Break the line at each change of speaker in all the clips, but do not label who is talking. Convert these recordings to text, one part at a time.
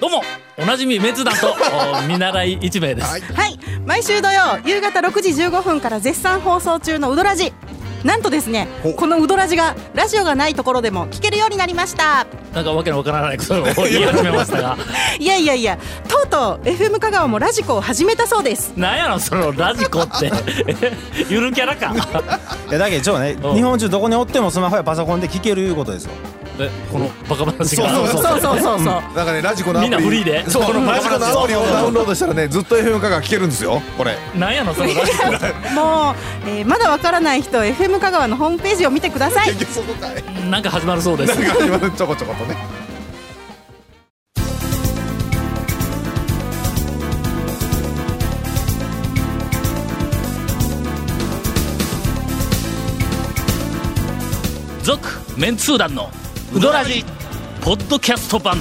どうもおなじみ滅談と お見習い一名です、
はい
はい毎週土曜夕方6時15分から絶賛放送中のウドラジなんとですね
お
このウドラジがラジオがないところでも聞けるようになりました
なんかわけのわからないことを言い始めました が
いやいやいやとうとう FM 香川もラジコを始めたそうです
なんやろそのラジコって ゆるキャラ か
いやだけどちょっとね
うん
日本中どこにおってもスマホやパソコンで聞けるいうことですよ
えこのバカ話が
そうそ
そ
う
うそうそうそう
なんかねラジコのア
み
プリ
んなフリーで
そう
この
ラジコのアプリを
そうそうそう
ダウンロードしたらねずっと FM 化が聞けるんですよこれ
なんやろそのラジ コが
もう、えーまだわからない人 FM 香川のホームページを見てください
結局そこかい
なんか始まるそうです
なんか始まるちょこち ょことね
続メンツー団のウドラジポッドキャスト版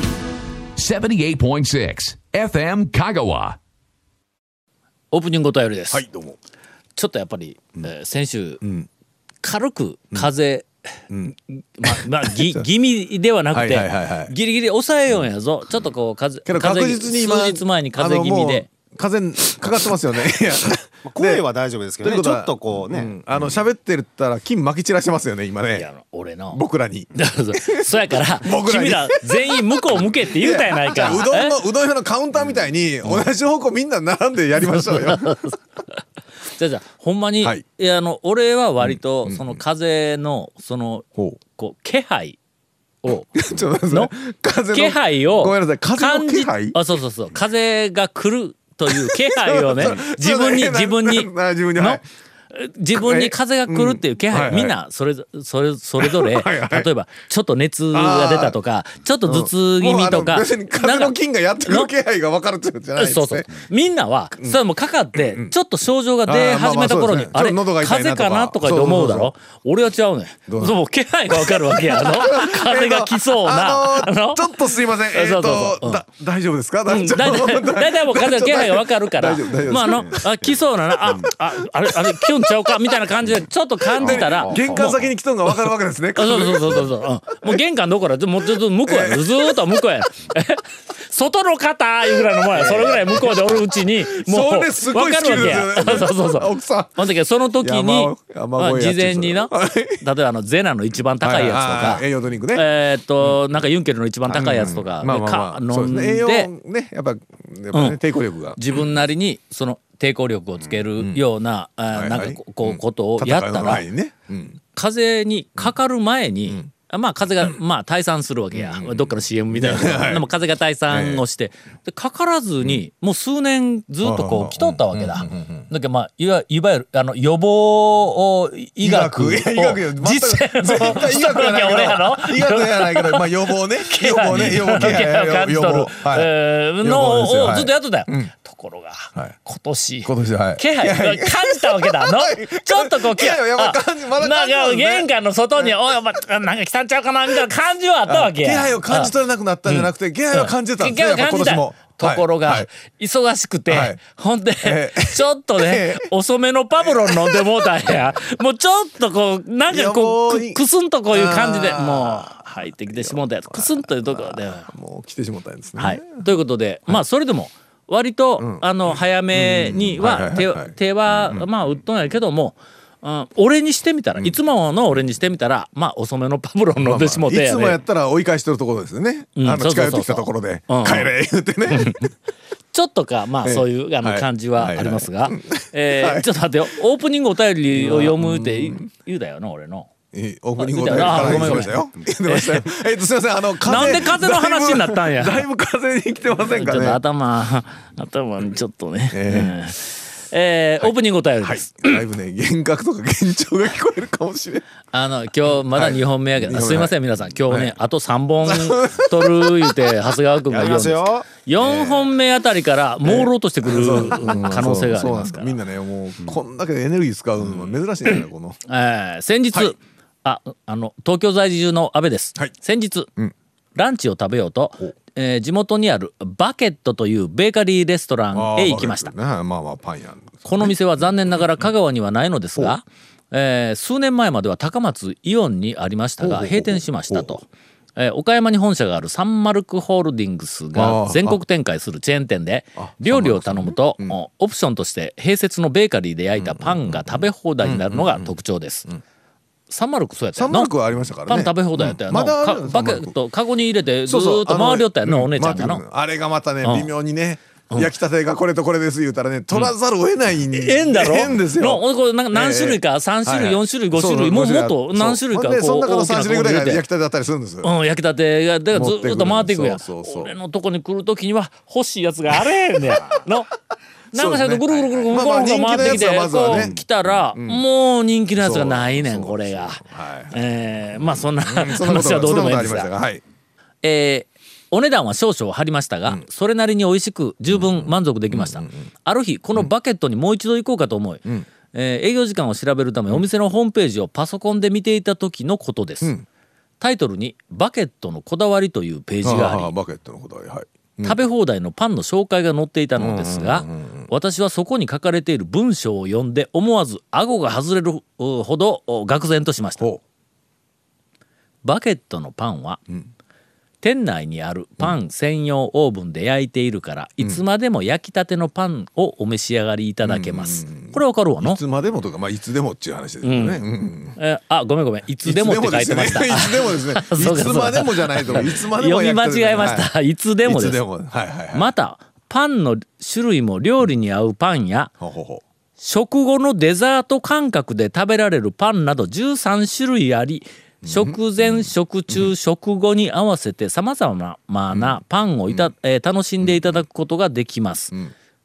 78.6 FM Kagawa.
オープニングお便りです、
はいどうも
ちょっとやっぱり、えー先週、軽く風邪、ままあ ぎ気味ではなくて、
はいはいはいはい
ギリギリ抑えようやぞ、ちょっとこう風
けど
風
確
邪
実に今
数日前に風邪気味
あのも
で
う風邪かかってますよねいや
まあ声は大丈夫ですけ
と
ど
いう
ね
こ
ち
と
ょ
は
っとこう
う
ね
んあの喋ってるったら金まき散らしてますよね今
いやあ
ね
の俺の
僕らに
だから そそやから
僕らに
君ら全員向こう向けって言うたやない
じゃ
か
あうどんのうどん屋のカウンターみたいに同じ方向みんな並んでやりましょうよ
じゃあじゃあほんまに、
はいい、
やあの俺は割とその風邪のその
ほう
こう気配を
ちょっと待ってください風の
気配を
ごめんなさい風の
感じ
気配
あそうそうそう風が来るという気配をね自分に
そう
自分に
なな自分に
の
はい
自分に風が来るっていう気
はい
配
はい
みんなそれぞそれそれぞれ
はいはい
例えばちょっと熱が出たとかちょっと頭痛気味と
もうあの
か
別に
な
風
んか
の菌がやってくる気配が分かるってことじゃないです
そ
ね
うそうみんなはそれもかかってちょっと症状が出始めた頃に
あーまあまあ
あれ
ちょっと喉が
風
痛いな
邪
とか
かなとかって思うだろ俺は違うね
どうなの
そう気配がわかるわけや ろ風が来そうな
あの
あの
ちょっとすいません。えっ、
そうそうそうう
と、
ん
だ、大丈夫ですか。
う
大
ん
丈夫
だいたいだいたいもう風の気配がわかるから
大丈夫大丈夫です、
まああの、あ来そうなな、あ、あ、あれ、あれ、キュンちゃうかみたいな感じで、ちょっと感じたら、
玄関先に来とんが分かるわけですね。
あそうそうそうそうそう、うん、もう玄関どころやもうちょっと向こうやずーっと向こうや え外の方いうぐらいのもんやそれぐらい向こうでおるうちにもう
それすごい
わ
ス
か
キル
る
です
わけや
よね。
そうそうそう
奥さん。
ほんだけどその時
山
に
を、山
まあ
越え
事
やっちゃう
前にな
はい
例えばあのゼナの一番高いやつと
はいはい
か
はい栄養ドリンクね
えーっとなんかユンケルの一番高いやつとか
うんまあまあ
か
まあ。そ
飲
うんですね。栄養
で
ね、やっぱ、やっぱね、
うん
抵抗力が。
自分なりにその抵抗力をつけるようなあー
はい
なん
は
か
い
ここ
う
うんことをやった
戦いの
ら
前にね。うん。
風にかかる前に、あまあ風が、まあ退散するわけや、どっかの CM みたいな、でも風が退散をして、でかからずに、もう数年ずっとこ
うん
う来とったわけだ、だけどまあいわいわゆるあの予防を医学を
医学いや医学よ全く
実 践を
絶対医
し
学
とるわけや俺やろ
医学やないけど、まあ 予防ね。予防ね、予防
ケアを感じ
予
とる
防。はい。
えー
予
の
防ですよ
を
はい
ずっとやってたよ、
ん
ところが、
い
今年
今年はい。
気配感じたわけ だのちょっとこう
気配をやっぱ感じ
あ
まだ感じ
なん
ます
か
ね
玄関の外に「おいお前なんか来たんちゃうかな」みたいな感じはあったわけ
気
や
配を感じ取れなくなったんじゃなくて、気配を感じてたんですね、やっぱ今年も。
ところ
はいは
が
い
忙しくて、
はい
ほんで、
ええ
ちょっとね
え
遅めのパブロン飲んでもうたんやもうちょっとこうなんかこう
いやも
く
う
くすんとこういう感じで
あー
もう入ってきてしもうたやつくすんというところで。
もう来てしまったんですね。
はい、ということで、まあそれでも割と、あの早めに
うん
は
はい
手
はいはい
手は、まあ打っとんやけども、あ俺にしてみたら、いつもの俺にしてみたらまあ遅めのパブロン飲んでしもうて
い
や
つ
ね
もやったら追い返してるところですよね。
うん
あ
そうそう
の近
そうそ
寄って
う
きたところで
うん
「帰れ」言ってね。
ちょっとかまあ
ええ
そういうあの
はい
感じはありますが、えーちょっと待ってよオープニングお便りを読むって言うだよな俺の。
いいオープニングお便りから言ってましたよ。言ってま したよ。えっとすいませんあの風
なんで風の話になったんや
だいぶだいぶ風に来てません
ち
か
ょっと
ね。
頭頭にちょっとね、え
え
ーえーオープニングお便り
は
で
い
す。。
だいぶね幻覚とか幻聴が聞こえるかもしれん。
あの今日まだ
はい
2本目やけど、
二本目
すいません皆さん今日ね、あと3本取る言うて長谷川君が言うん
やり
で
ます
す
よ
4本目あたりから朦朧としてくる可能性がありますから
そうそうなんですみんなねもうこんだけエネルギー使うのは珍しいんだよこの。
えー先日、
はい
ああの東京在住の安倍です、
はい
先日、
ん
ランチを食べようと
お、
えー地元にあるバケットというベーカリーレストランへ行きました
あーわかるねまあまあパンやん。
この店は残念ながら香川にはないのですが、えー数年前までは高松イオンにありましたが閉店しましたと。えー岡山に本社があるサンマルクホールディングス
あ
が
ー
全国展開するチェーン店で料理を頼むと、おオプションとして併設のベーカリーで焼いたパンが食べ放題になるのが特徴です。サンマルクそうやった
サ
よ
ン
な
マルクはありましたから
パン
ね
食べ放題やったよ
うんまだあ
な、
るよ
バケ
サンマル
ッ
ク
トカゴに入れてず
そう
ー
そう
っと回りよったやんな
あの
お姉ちゃんが
回っ
の
てくるあれがまたね
うん
微妙にね焼きたてがこれとこれです言うたらね取らざるを得ないん
ええんだろ
縁です
の
よ
これなんか何種類か、3種類、
はいはい
4種類5種類
そう
もう
そう
もっと
そう
何種類かこ
ほん
う
でその中の3種類ぐら
大きなとこに入れ
いが焼
て
きたてだったりするんですよ
うん、焼きたてがだからず
持って
ー
くる
っと回っていくやん
そうそうそう
俺のとこに来るときには欲しいやつがあれへんねん のなんかしらぐるぐるぐるぐるぐるぐる
まあまあ人気の
回ってきて
やつはまず
こ
はね
う来たらもう人気のやつがないねんこれが
そうそうそうはい
えーまあそんな
そんなこ
話は
と
どうでもいいん
あ
で
り
す
ました
が
がはい
えーお値段は少々張りましたが、それなりに美味しく十分満足できました、ある日このバケットにもう一度行こうかと思い、えー営業時間を調べるためお店のホームページをパソコンで見ていた時のことです、タイトルに「バケットのこだわり」というページがあり
ああバケットのことははい
食べ放題のパンの紹介が載っていたのですが私はそこに書かれている文章を読んで思わず顎が外れるうほどお愕然としました
ほ
バケットのパンは、店内にあるパン専用オーブンで焼いているから、いつまでも焼きたてのパンをお召し上がりいただけます、これわかるわ
う
の
いつまでもとかまあいつでもっていう話ですよねうん
えーあごめんごめんいつでもって書いてました
いつでもですねいつ で
そう
も
か
ですねいつまでもじゃな いと思ういつまでも
読み間
焼きたて
違えました、い、つで
はい
も
い
で
つ
す
でもはいはいはい
またパンの種類も料理に合うパンや
ほうほうほう
食後のデザート感覚で食べられるパンなど13種類あり食前食中食後に合わせてさまざまなパンをいた、えー楽しんでいただくことができます、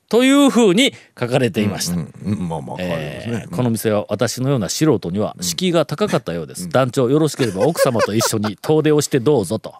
というふうに書かれていました、
うんまあまあ変わります
え
ね
ーこの店は私のような素人には敷居が高かったようです、団長よろしければ奥様と一緒に遠出をしてどうぞと。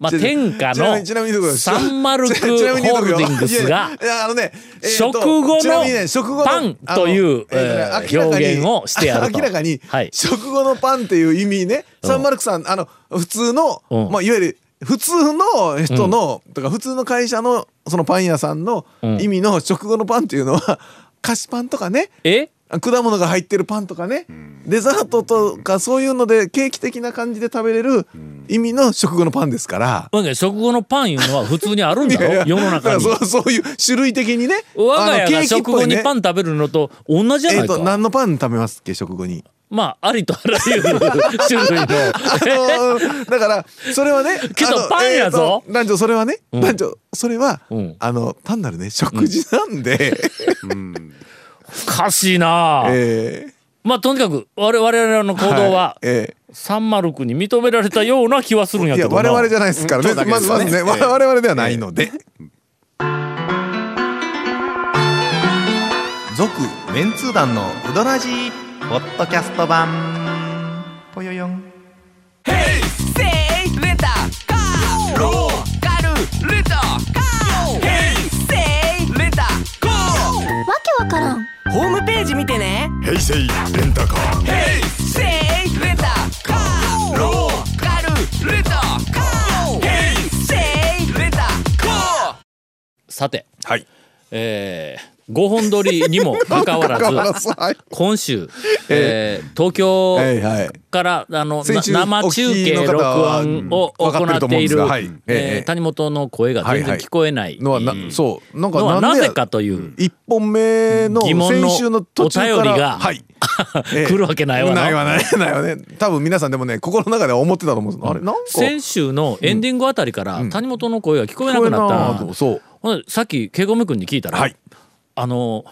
まあ、
ちなみに
天下
ちなみにちなみにどう
の
ぞ
サンマルクホ
ちなみに言
ー
うとく
ル
よ
ディングスが
いやいやあのね、えーと
食後
ちなみにね食後
の
の
パン
あの
というえ
ーとね
ー
明らかに
表現をしてやると。
明らかに、
はい。
食後のパンっていう意味ねサンマルクさんあの普通の、
うん
まあ、いわゆる普通の人の、とか普通の会社のそのパン屋さんの
ん
意味の食後のパンっていうのは 菓子パンとかね
え
果物が入ってるパンとかね、デザートとかそういうのでケーキ的な感じで食べれる意味の食後のパンですから。
なんか食後のパンいうのは普通にあるんだ
いやい
ろ
や
世の中に
だ。からそうそういう種類的にね
我が家が食後にパン
ン
食べるのと同じじゃ
え
な
っ
い
と
か。
何のパン食べますっけ食後に
まあ、ありとあらゆる種類の。
あのーだからそれはね
けど
あの
パンやぞ
えーと男女それはね、
ん
男女それは、
うん
あの単なるね食事なんで、
おかしいなあ、
えー
まあ、とにかく我々我々の行動は、
え
サンマルクに認められたような気はするん
ー
や
い
け
や
どな。
我々じゃないですからね
そうだけで
ますず
よ
ま
ね
ずね、
えー
我々ではないので
続メンツー団のウドラジーポッドキャスト版ぽよよん
平成レンタカーローカルレンタカー平成レンタカー
わけわからん
ホームページ見てね
平成レンタカー
平成レンタカーローカルレンタカー平成レンタカー
さて、
はい
えー、5本撮りにもかかわら
だ から
ず、
さはい
今週、えー、東京、
はいはい
からあのな
先週
生中継
お聞きの
録
方は
音を
うん分か
行
ってると
っ
思う
て
ん
い
です
る
がはい
え
え
ー
え
谷本の声が全
はいは
然
い
聞こえない
のはな、そうなんか
のは
ん
な
で
ぜかと いう
一本目の
疑問の
先週の途中から
お便りが
はい、
来るわけないわな
ないわねないわね多分皆さんでもね心の中では思ってたと思うんですあれなんか
先週のエンディングあたりから谷本の声が聞こえなくなった、
聞こえなとそう
ほんでさっきケイゴム君に聞いたら、
はい
あの、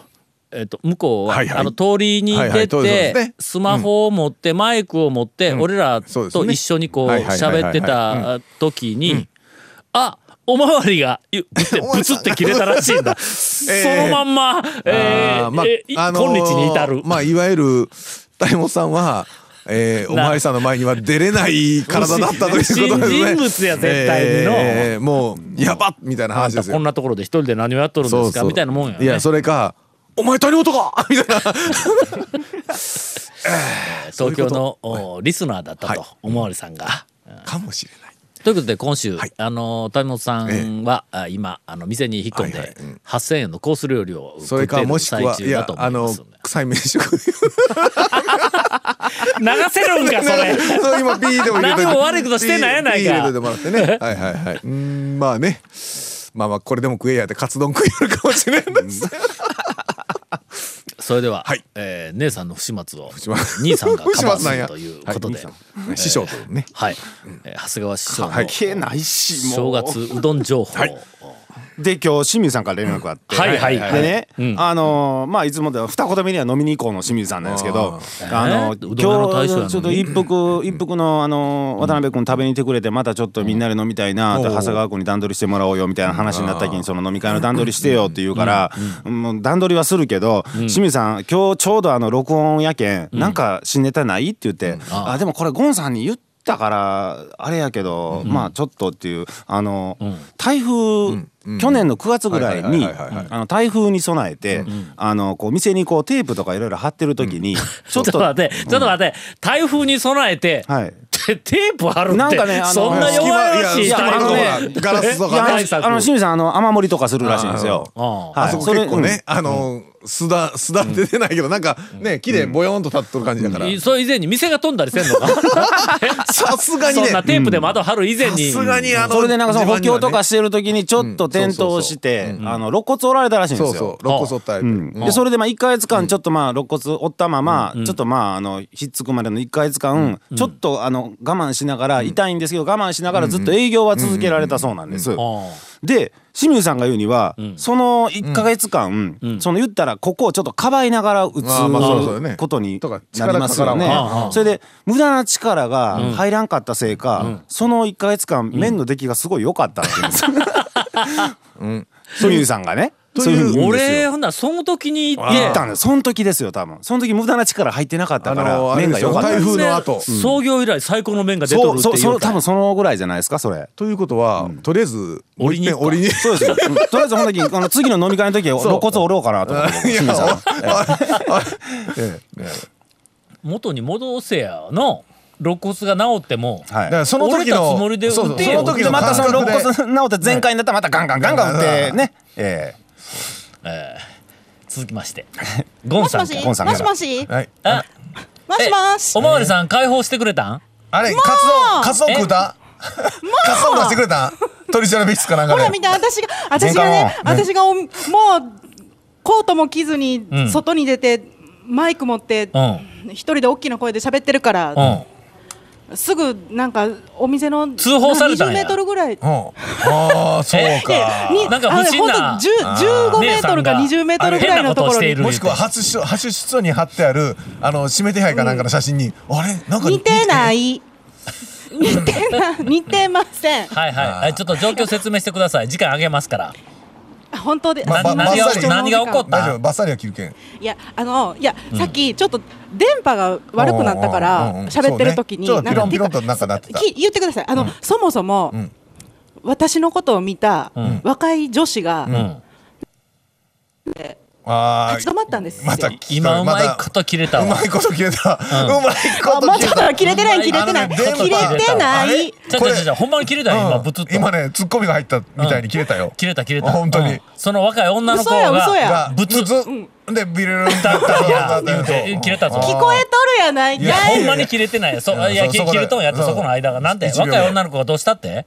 えっと向こうは、
はいはい
あの通りに
はいは
出
い
て、
通りそうですね
スマホを持って、マイクを持って、俺ら
そうです
と
よね
一緒にこう
はいはいはいはい
喋ってた時に、あおまわりがゆブツ
おまわ
ブ
り
ツ
さん
って切れたらし いんだ、そのまんま、え
あ
ー
ーまあ
えーい
あのー
今日に至る、
まあいわゆる谷本さんは、えー、お
な
前さんの前には出れない体だったということですね
不審人物や絶対にの
えーもうやばっみたいな
あん
話で
た
す
こ
よ
んなところで一人で何をやっとるんですか
そうそう
みたいなもんや、ね、
いやそれかお前谷本かみたいな
東京のおリスナーだったと、おまわりさんが。
かもしれない
ということで今週、
はい
あの谷本さんは、あ今あの店に引っ込んで、
はいはいうん
8,000円のコース料理を
そ
食
れ
って
か
い
も
る
しく
最
は、い
中だ
や
と、思
あ
いま
の
すんで、
臭い飯食い。
流せるんかそ れ
そう今ビーでも入れといて
何も悪いことしてないやないか
ビー入れといてもらってね。はいはいはい。うーんまあね。まあまあこれでも食えやってカツ丼食えるかもしれないです。
それでは、
はい
えー姉さんの不始末を
始末
兄さんがカバーす
不始末なん
る
や
ということで、
師匠というね。
はい、えー長谷川師匠の
はい
消えないしも
正
う
月うどん情報、
で今日清水さんから連絡があって、
はいはいはい
でね、
うん
あのーまあいつもでは二言目には飲みに行こうの清水さんなんですけどあの
えーうどん屋の大将やのに
今日ちょっと一服一服のあのー渡辺君食べに来てくれてまたちょっとみんなで飲みたいな、で長谷川君に段取りしてもらおうよみたいな話になった時にその飲み会の段取りしてよって言うから、もう段取りはするけど、清水さん今日ちょうどあの録音やけん、なんか新ネタないって言って、あでもこれゴンさんに言ってだからあれやけど、まあちょっとっていうあの、台風、去年の9月ぐらいに
はいはいはいはいはい
あの台風に備えて、あのこう店にこうテープとかいろいろ貼ってる時に、ち
ちょっと待って、ちょっと待って、台風に備えて、
はい
てテープ貼るって、
なんかねあの
そんな弱々しい
いや
対
あ
策
のね
ガラスと
いや
か
あ
対策
のあの清水さんあの雨漏りとかするらしいんですよ。
ああ
はい
あそこ結構
それ
ね、あの、すだ、すだ出てないけど、なんかね、木でボヨンと立っとる感じだから。
いそれ以前に店が飛んだりせんのか
さすがに
そ
ね
んな、テープで窓貼る以前
さ
に、
すがにあの、
それでなんかその補
自慢には
強
ね
とかしてる時にちょっと転倒してあの肋骨折られたらしいんです
そ
よ。
うそう、肋骨折ったり。うん
でそれでまあ1か月間ちょっとまあ肋骨折ったままちょっとまああのひっつくまでの1か月間ちょっとあの我慢しながら痛いんですけど我慢しながらずっと営業は続けられたそうなんです。
あ
で清水さんが言うにはその1か月間その言ったらここをちょっとかばいながら打
あーまあそうそうよ
つ
ね
ことに
とか
なります
力かか
よ
ら
んわ
ね。それで無駄な力が入らんかったせいかその1か月間麺の出来がすごい良かったって言 うんですよ。清水さんがね。そういうふうに
あ
言うんですよ
俺ほんならその時に行っ
行
て
ったんだよその時ですよ多分その時無駄な力入ってなかったか
あのー
ら
あれ
麺が良かった
ですよ台風の後
全然創業以来最高の麺が出と
そ
る
う
って
そ
いうう
その
か
多分そのぐらいじゃないですかそれ
ということは、とりあえず、
折りに行くか
もう一遍折りに。
そうですようんとりあえずほんとにあの次の飲み会の時は
そう
肋骨折ろうかなと思って 清水さん
元に戻せやの肋骨が治っても、
は
だから
い
その時の
折れたつもりで
そうそう
打て
そ
よ
の時
で
の
またその
感覚で
肋骨治って全開になったらまたガンガンガンガン打ってねええ
続きましてゴン
もし
さ
も
んか
し
ゴ
も
ン
し
さん
も
から
しもし
はい
もしもし
おまわりさん解放してくれたん
あれ、カツ丼、カツ丼食うたカツ丼出してくれた鳥調べ室かなんか
ほ
で
ら。みんな私が私が
全
ね
巻を
私がおもうコートも着ずに
ん
外に出てマイク持って
う
一人で大きな声で喋ってるか
う
ら
ん
すぐなんかお店の
通報されたんや
20メートルぐらい
うんああ、そう か。
に
なんか不審な
あのねほんと10 15メートルか
姉さ
20
ん
メートルぐらいのとこ
変なことをし
ろに
ている
もしくは発出発出に貼ってあるあの指名手配かなんかの写真に、あれなんか
似てない似てない似てませ ん
はいはいえちょっと状況説明してください時間あげますから
本当で
ま
何何が
バッサリ
何が起こった
大丈夫バッサリは休憩
いやあのいやさっきちょっと電波が悪くなったか
うんうんうん
ら喋ってる時に
そう
な
ね
ん
ちょっ
か
とピロンピロンとなんかなってた
き言ってくださいあのそもそも
ん
私のことを見た
ん
若い女子
う
が
ん
あー
立ち止まったんですよ
また
今うまいこと切れたわ
うまいこと切れた、うまい
あ
こと
ま
切れ
だ
た
だ切れてない切れてな
あ
い
の
切
ね電波
れて
あ
な
れ
い
ちゃちゃちゃちゃほんまに切れたよ今ブツッと
今ねツッコミが入ったみたいに切れたよ、
切れた切れた
本当に
うんその若い女の子
嘘や嘘や
が
が
ブツッ
ブツでビルルンだ
いや言うて切れたぞ
聞こえとるやない
いや
か
ほ
い
んまに切れてないよそ
うん
いや
そう
切
そこで
切るとんやって
うん
そこの間がなんで
一秒ぐ
若い
らい
女の子がどうしたって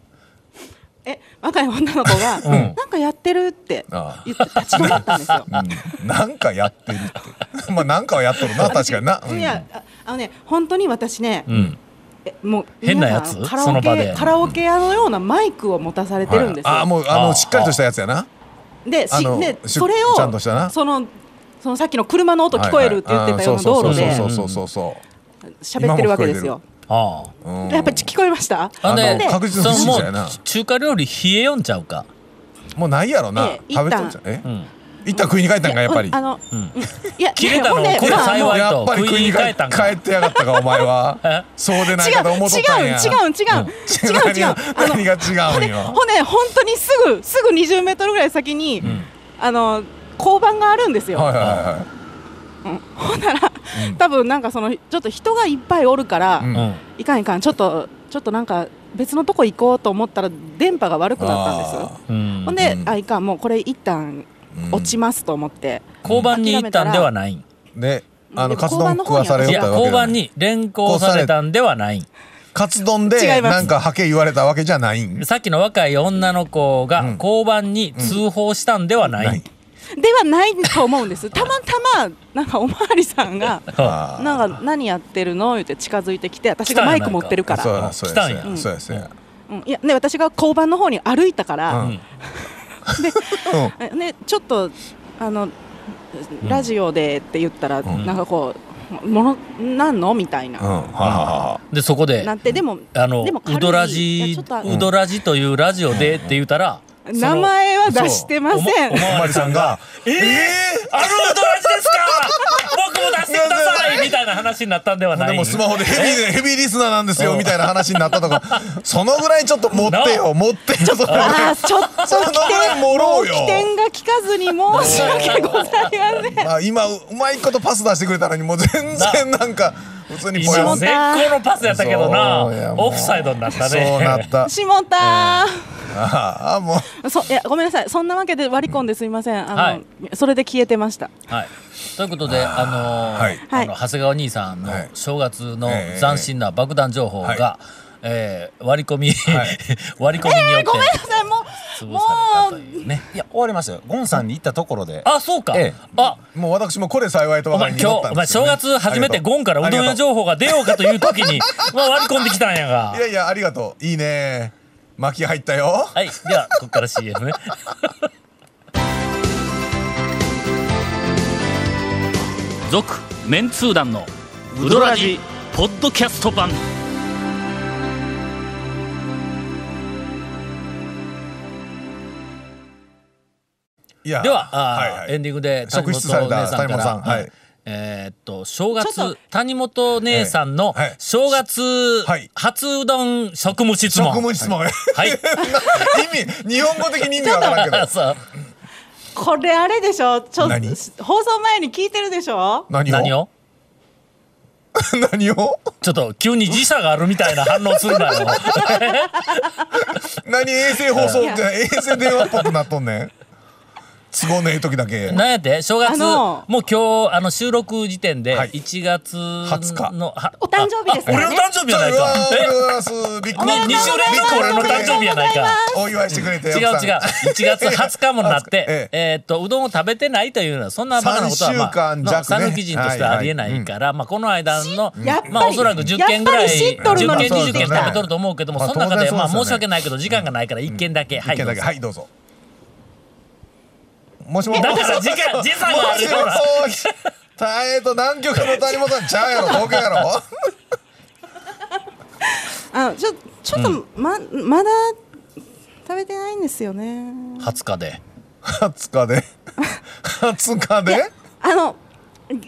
え若い女の子がなんかやってるって
あ
言って立ち止まったんです よ
うんなんかやってるって まあなんかはやっとるな確かにな、うん
いやああのね本当に私ね
うん
えもう
変な
皆
やつ
さんカラ
その
オ
場で
ケカラオケ屋のようなマイクを持たされてるんですよ、
あもうあ
あー
のしっかりとしたやつやな
でし
あの
で
しゅ
それを
ちゃんとしたな
そのそのさっきの車の音聞こえるって言ってたような道路で
はいはいあーそうそうそうそうそうそう
喋ってるわけですよ
ああ
そう、うん
やっぱり聞こえました
あ
あの
で
確実に不審者やな
そのもう中華料理冷えよんちゃうか
もうないやろな、
ええ
食べとんじゃんえ
うん
一旦食いに帰ったんかやっぱり
いあの、いや
切れたの
ほんで
これ
まあ
幸い
もう
やっぱり食いに帰
食いに帰ったんか
帰ってやがったかお前はそうでないかと思っとったんや
違う違う違う違う違う違うあの
何が違うんよ
ほんで本当にすぐすぐ20メートルぐらい先に、あの交番があるんですよ、
はいはいは
ほんなら、多分なんかそのちょっと人がいっぱいおるから、
うん
うん
いかんいかんちょっとちょっとなんか別のとこ行こうと思ったら電波が悪くなったんです
あ
うん
ほんで、あいかんもうこれ一旦
ー
落ちますと思って、
交番に行ったんではないん
ねあ
で
の
も
カツ丼食わされよ
い
った
や
わけ
交
じゃ
番
ない
に連行されたんではないん
カツ丼
違
で
います
なんかハケ言われたわけじゃないん
さっきの若い女の子が交番に通報したんではないん、
ない
ではないと思うん ですたまたまなんかおまわりさんが「
あ
なんか何やってるの?」言って近づいてきて私がマイク持ってるか
ー
ら
そうやそう
来
や
た
そ
ん
う
や
やそうやそうや
うんいやね私が交番の方に歩いたから、
うん
ん
えね、ちょっとあのラジオでって言ったら、
ん
なんかこうものなんのみたい
うん
な、
はあはあは
でそこで
なってでも
あの
でも軽いう
どら
いや
じ
ちょっとあの
うどらじというラジオでって言ったら、その
名前は出してません
おま
あお
おま
ま
わ
り
りさ
さん
んが
がええ
あのうどらじですか僕も出してくださいみたいな話になったんではない
でもスマホでヘビーでヘビーリスナーなんですよみたいな話になったとかそのぐらいちょっと持ってよ持ってちょっ と
あーちょっと
そのぐらい盛ろう よ
起点が聞かずに申し訳ございません
まあ今ううまいことパス出してくれたのにもう全然なんか普通に
今
ヨン
絶好のパスやったけど
そうや
な
もう
オフサイドになったね
そうなった
下田、
ああもう
そいやごめんなさいそんなわけで割り込んですいませんあの、
はい
それで消えてました
はい、ということで、あのー
はい
あの長谷川兄さんの
はい
正月の
ええ
斬新な爆弾情報が、
は
えー割り込み、
い
割り込みによって
ごめんなさいもう
潰
も
されたと
う
いうね。
いや終わりましたよゴンさんに行ったところで
あ、そうか。
ええ
あ、
もう私もこれ幸いと
お
ばか
前
り
今
に
日、
思った
お
んで
前
すよ
正
ね
月初めてゴンからうどん
あ
屋
りがと
情報が出ようかという時に、 まあ割り込んできたんやが
うい。やいやありがとういいね巻き入ったよ
はい、ではここから CM ね。続メンツー団のウドラジポッドキャスト版。
いや
では、あー
いい
エンディングで谷
職
本
質された
姉さんか
谷本さ
ら
ん。はい
えーっと正月
ちょっと
谷本姉さんの
はいはい
正月
はい
初うどん職務質
職
問。
務質問、
はい
意味日本語的に意味わからんけ ど
そう
これあれでしょちょ
何
放送前に聞いてるでしょ
何を
何を
何を
ちょっと急に時差があるみたいな反応するなよ。
何衛星放送じゃ衛星電話っぽくなっとんねん都合のええ時だけ
なんやって正月
あの
もう今日あの収録時点で
はい
1月の
20日
は
お誕生日です
あ
から
俺
ね
の誕生日やないか
ありがとうございますビッグ
えね
マ
2週連続俺の誕生日やないか
お祝いしてくれて
違う違う
奥さん
1月20日もなっ
え
て
え
えーっとうどんを食べてないというのはそんなバカなことはま
三週間
あ
弱ね
の讃岐人としてはありえないからまあこの間の
やっぱり
まあおそらく10件ぐらい
やっぱり知っとる
10
のに
件20件
そうだね
食べとると思うけども
まあ
その中で
当然そうですよね
まあ申し訳ないけど時間がないから1件だけはい
一件だ
ど
け
うぞ
はいどうぞもしもし
だから時間時差があ
も
る
し
か
も
ら
し大変と南極の谷本さんちゃうやろボケやろ
あちょちょっとま,、まだ食べてないんですよね
20日で
20日で20日で
あの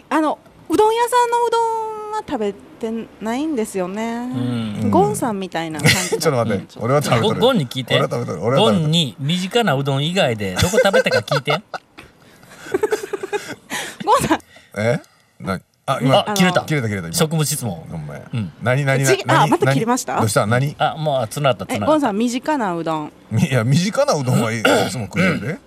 あのうどん屋さんのうどんは食べてないんですよね、ゴンさんみたいな感じ
ちょっと待って、俺は食べと
ゴ
る
ゴンに聞いて
俺は食べとる俺は
ゴ
食べと
ン
る
に身近なうどん以外でどこ食べたか聞い て
ゴンさん
え何あ今
あ切れた
切れた切れた今
職務質問
お前、
ん
何何
次
何
あ
何
また
何
切れました
どうした何
あもうつながったつ
え
な
ゴ
がっ
ン
た
さん身近なうどん
みいや身近なうどんはいつも食うよで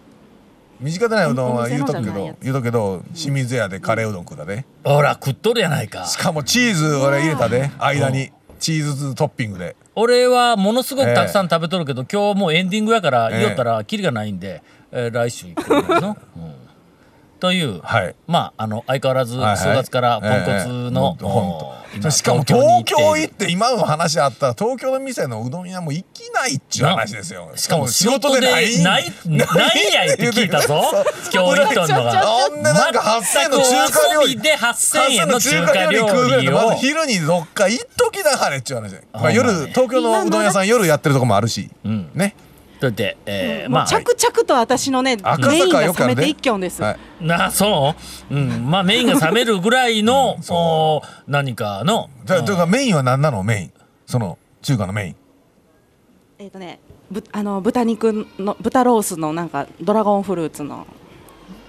身近でないうどんは
お店
言う
の
と
じゃ
く
ない
け
やつ
ど言うとくけど清水屋でカレーうどん食うだで
ほら食っとるやないか
しかもチーズ俺入れたで間にチーズトッピングで
俺はものすごくたくさん食べとるけど、今日もうエンディングやから、
ええ
言おったらキリがないんで、えー来週行こう かな、うんという、
はい
まああの相変わらず
はいはい
正月からポンコツの、
ええほん
今
としかも
に
東
行って
京
い
行っ
る
て今の話あったら東京の店のうどん屋も行きないっちゅう話ですよ
しかも仕事でないないないやいって聞い たぞ今日行っとんのが。
そんななんか8000円の中華
全く
料理
お遊びで8000円の中華料
食うぐらい
理
で
を
まず昼にどっか行っときなはれっちゅう話で、
ほ
ま
んま
あ、
ね
夜東京のうどん屋さん夜やってるとこもあるし、
ん
ね
だって、えー
も
ま
う
あ
着々と私のね、
赤
メイン
坂
が
はよく
冷
あ
め
るで
て一挙です、
はい
なあそう、うん、まあメインが冷めるぐらいの、
そう
お何かの
じゃあというかメインは何なのメインその中華のメイン
えっ、とねぶあの豚 肉の豚ロースのなんかドラゴンフルーツの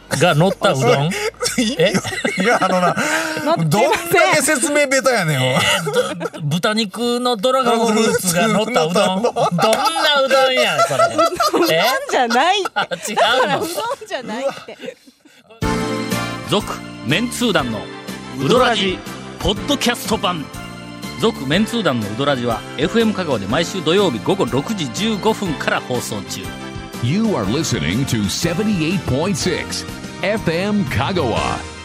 が乗ったうどん
いやあのなどんだけ説明ベタやねんおい
豚肉のドラゴンフルーツが乗ったうどんどんなうどんやんそれえ
じゃ ないって。
違
だから
うの
うどんじゃないって。
続メンツー団のウドラジポッドキャスト版続メンツー団のウドラジは FM 香川で毎週土曜日午後6時15分から放送中
You are listening to 78.6 FM Kagawa.